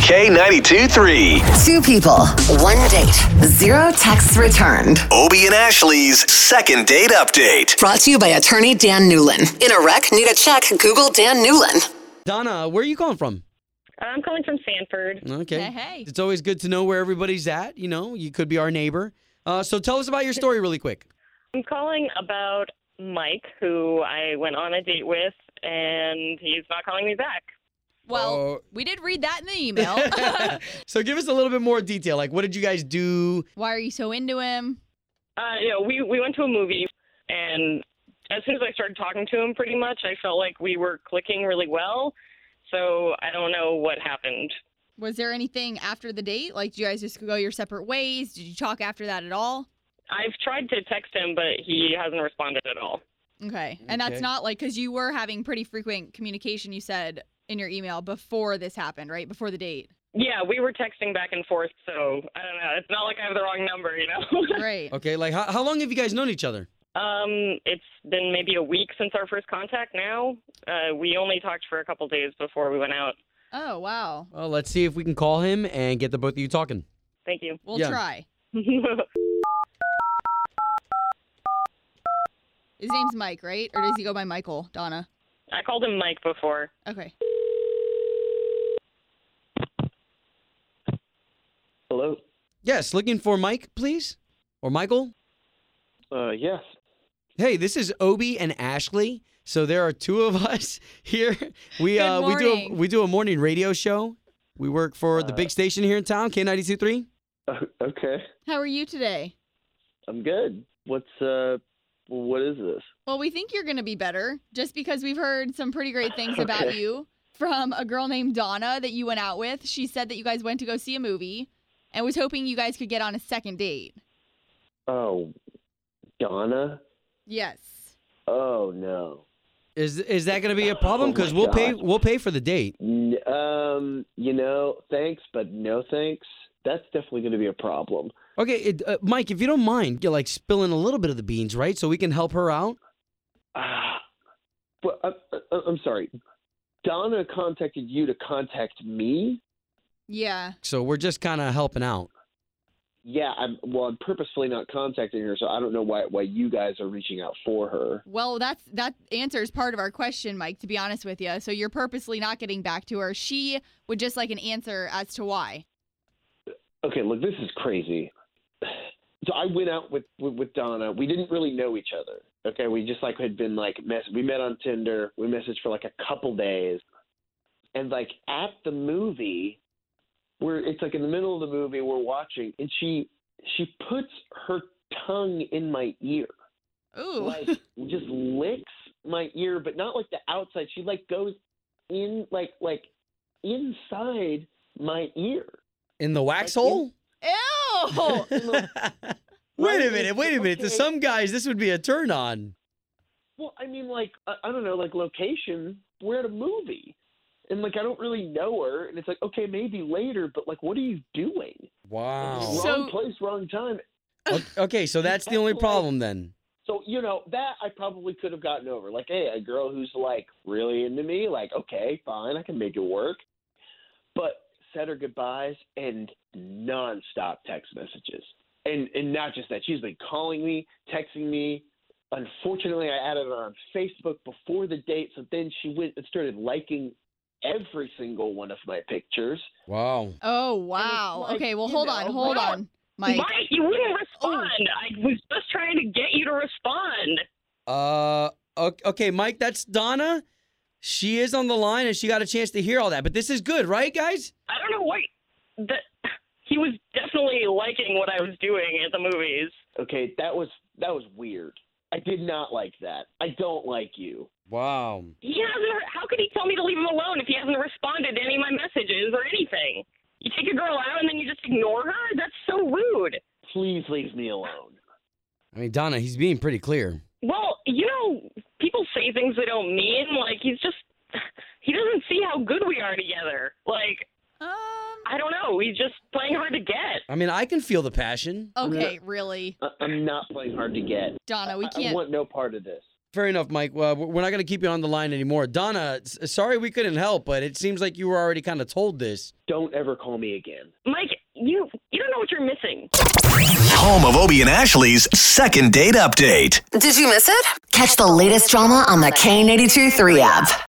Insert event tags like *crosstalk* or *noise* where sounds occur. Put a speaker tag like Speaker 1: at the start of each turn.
Speaker 1: K92 3.
Speaker 2: Two people, one date, zero texts returned.
Speaker 1: Obie and Ashley's second date update.
Speaker 2: Brought to you by attorney Dan Newlin. In a wreck, need a check, Google Dan Newlin.
Speaker 3: Donna, where are you calling from?
Speaker 4: Uh, I'm calling from Sanford.
Speaker 3: Okay.
Speaker 5: Hey, hey.
Speaker 3: It's always good to know where everybody's at. You know, you could be our neighbor. Uh, so tell us about your story really quick.
Speaker 4: I'm calling about Mike, who I went on a date with, and he's not calling me back.
Speaker 5: Well,
Speaker 3: Uh,
Speaker 5: we did read that in the email. *laughs*
Speaker 3: *laughs* so give us a little bit more detail. Like, what did you guys do?
Speaker 5: Why are you so into him?
Speaker 4: Uh, you know, we we went to a movie, and as soon as I started talking to him, pretty much, I felt like we were clicking really well. So I don't know what happened.
Speaker 5: Was there anything after the date? Like, did you guys just go your separate ways? Did you talk after that at all?
Speaker 4: I've tried to text him, but he hasn't responded at all.
Speaker 5: Okay. And that's
Speaker 3: Okay.
Speaker 5: not like because you were having pretty frequent communication, you said in your email before this happened, right? Before the date.
Speaker 4: Yeah, we were texting back and forth, so I don't know. It's not like I have the wrong number, you know. *laughs*
Speaker 3: *laughs*
Speaker 5: Right.
Speaker 3: Okay, like, how, how long have you guys known each other?
Speaker 4: um, it's been maybe a week since our first contact. Now, uh, we only talked for a couple days before we went out.
Speaker 5: Oh, wow.
Speaker 3: Well, let's see if we can call him and get the both of you talking.
Speaker 4: Thank you. *laughs*
Speaker 5: We'll
Speaker 3: Yeah.
Speaker 5: try. His name's Mike, right? Or does he go by Michael, Donna?
Speaker 4: I called him Mike before.
Speaker 5: Okay.
Speaker 6: Hello.
Speaker 3: Yes, looking for Mike, please? Or Michael?
Speaker 6: Uh, yes.
Speaker 3: Hey, this is Obi and Ashley. So there are two of *laughs* us here. We
Speaker 5: Good
Speaker 3: uh we do a,
Speaker 5: morning.
Speaker 3: we do a morning radio show. We work for the big station here in town, K923.
Speaker 6: O- *laughs* okay.
Speaker 5: How are you today?
Speaker 6: I'm good. What's uh, what is this?
Speaker 5: Well, we think you're going to be better just because we've heard some pretty great things about
Speaker 6: Okay.
Speaker 5: you from a girl named Donna that you went out with. She said that you guys went to go see a movie and was hoping you guys could get on a second date.
Speaker 6: Oh, Donna.
Speaker 5: Yes.
Speaker 6: Oh no.
Speaker 3: Is is that going to be a problem
Speaker 6: Oh my
Speaker 3: cuz we'll pay
Speaker 6: God.
Speaker 3: we'll pay for the date.
Speaker 6: N- um, you know, thanks, but no thanks. That's definitely going to be a problem.
Speaker 3: Okay, it, uh, Mike, if you don't mind, you're like spilling a little bit of the beans, right? So we can help her out.
Speaker 6: Ah, but I, I, I'm sorry. Donna contacted you to contact me.
Speaker 5: Yeah.
Speaker 3: So we're just kind of helping out.
Speaker 6: Yeah, I'm well. I'm purposefully not contacting her, so I don't know why why you guys are reaching out for her.
Speaker 5: Well, that's that answers part of our question, Mike, to be honest with you. So you're purposely not getting back to her. She would just like an answer as to why.
Speaker 6: Okay, look, this is crazy. *sighs* So I went out with, with with Donna. We didn't really know each other. Okay, we just like had been like mess. We met on Tinder. We messaged for like a couple days, and like at the movie, where it's like in the middle of the movie, we're watching, and she she puts her tongue in my ear,
Speaker 5: Ooh.
Speaker 6: like just licks my ear, but not like the outside. She like goes in like like inside my ear.
Speaker 3: In the wax
Speaker 6: Like, in-
Speaker 3: hole?
Speaker 5: Ew.
Speaker 3: Oh, *laughs* wait a
Speaker 6: Right,
Speaker 3: minute,
Speaker 6: it's-
Speaker 3: wait a minute. To
Speaker 6: okay.
Speaker 3: some guys, this would be a turn on.
Speaker 6: Well, I mean, like I, I don't know, like location. We're at a movie, and like I don't really know her, and it's like okay, maybe later, but like, what are you doing?
Speaker 3: Wow.
Speaker 6: Wrong
Speaker 5: So-
Speaker 6: place, wrong time.
Speaker 3: O- Okay, so that's the only problem then.
Speaker 6: So you know that I probably could have gotten over. Like, hey, a girl who's like really into me, like okay, fine, I can make it work. But said her goodbyes and nonstop text messages, and and not just that, she's been calling me, texting me. Unfortunately, I added her on Facebook before the date, so then she went and started liking every single one of my pictures.
Speaker 3: Wow.
Speaker 5: Oh, wow.
Speaker 6: *laughs* like,
Speaker 5: okay, well,
Speaker 6: you
Speaker 5: hold on.
Speaker 6: know,
Speaker 5: Hold
Speaker 4: wow.
Speaker 5: on, Mike.
Speaker 4: Mike, you wouldn't respond. I was just trying to get you to respond.
Speaker 3: Uh, o- okay, Mike, that's Donna. She is on the line and she got a chance to hear all that. But this is good, right, guys?
Speaker 4: I don't know why. That he was definitely liking what I was doing at the movies.
Speaker 6: Okay, that was that was weird. I I did not like that. I don't like you.
Speaker 3: Wow.
Speaker 4: He hasn't. How could he tell me to leave him alone if he hasn't responded to any of my messages or anything? You take a girl out and then you just ignore her? That's so rude.
Speaker 6: Please leave me alone.
Speaker 3: I mean, Donna, he's being pretty clear.
Speaker 4: Well, you know, people say things they don't mean. Like he's just. He doesn't see how good we are together. Like
Speaker 5: Um.
Speaker 4: I don't know. He's just playing hard to get.
Speaker 3: I mean, I can feel the passion.
Speaker 5: Okay, really,
Speaker 6: I- I'm not playing hard to get.
Speaker 5: Donna, we
Speaker 6: I- I
Speaker 5: can't.
Speaker 6: want no part of this.
Speaker 3: Fair enough, Mike. Well, we're we're not going to keep you on the line anymore. Donna, s- sorry we couldn't help, but it seems like you were already kind of told this.
Speaker 6: Don't ever call me again.
Speaker 4: Mike, you you don't know what you're missing.
Speaker 1: Home of Obie and Ashley's second date update.
Speaker 2: Did you miss it? Catch the latest drama on the K82 3 app.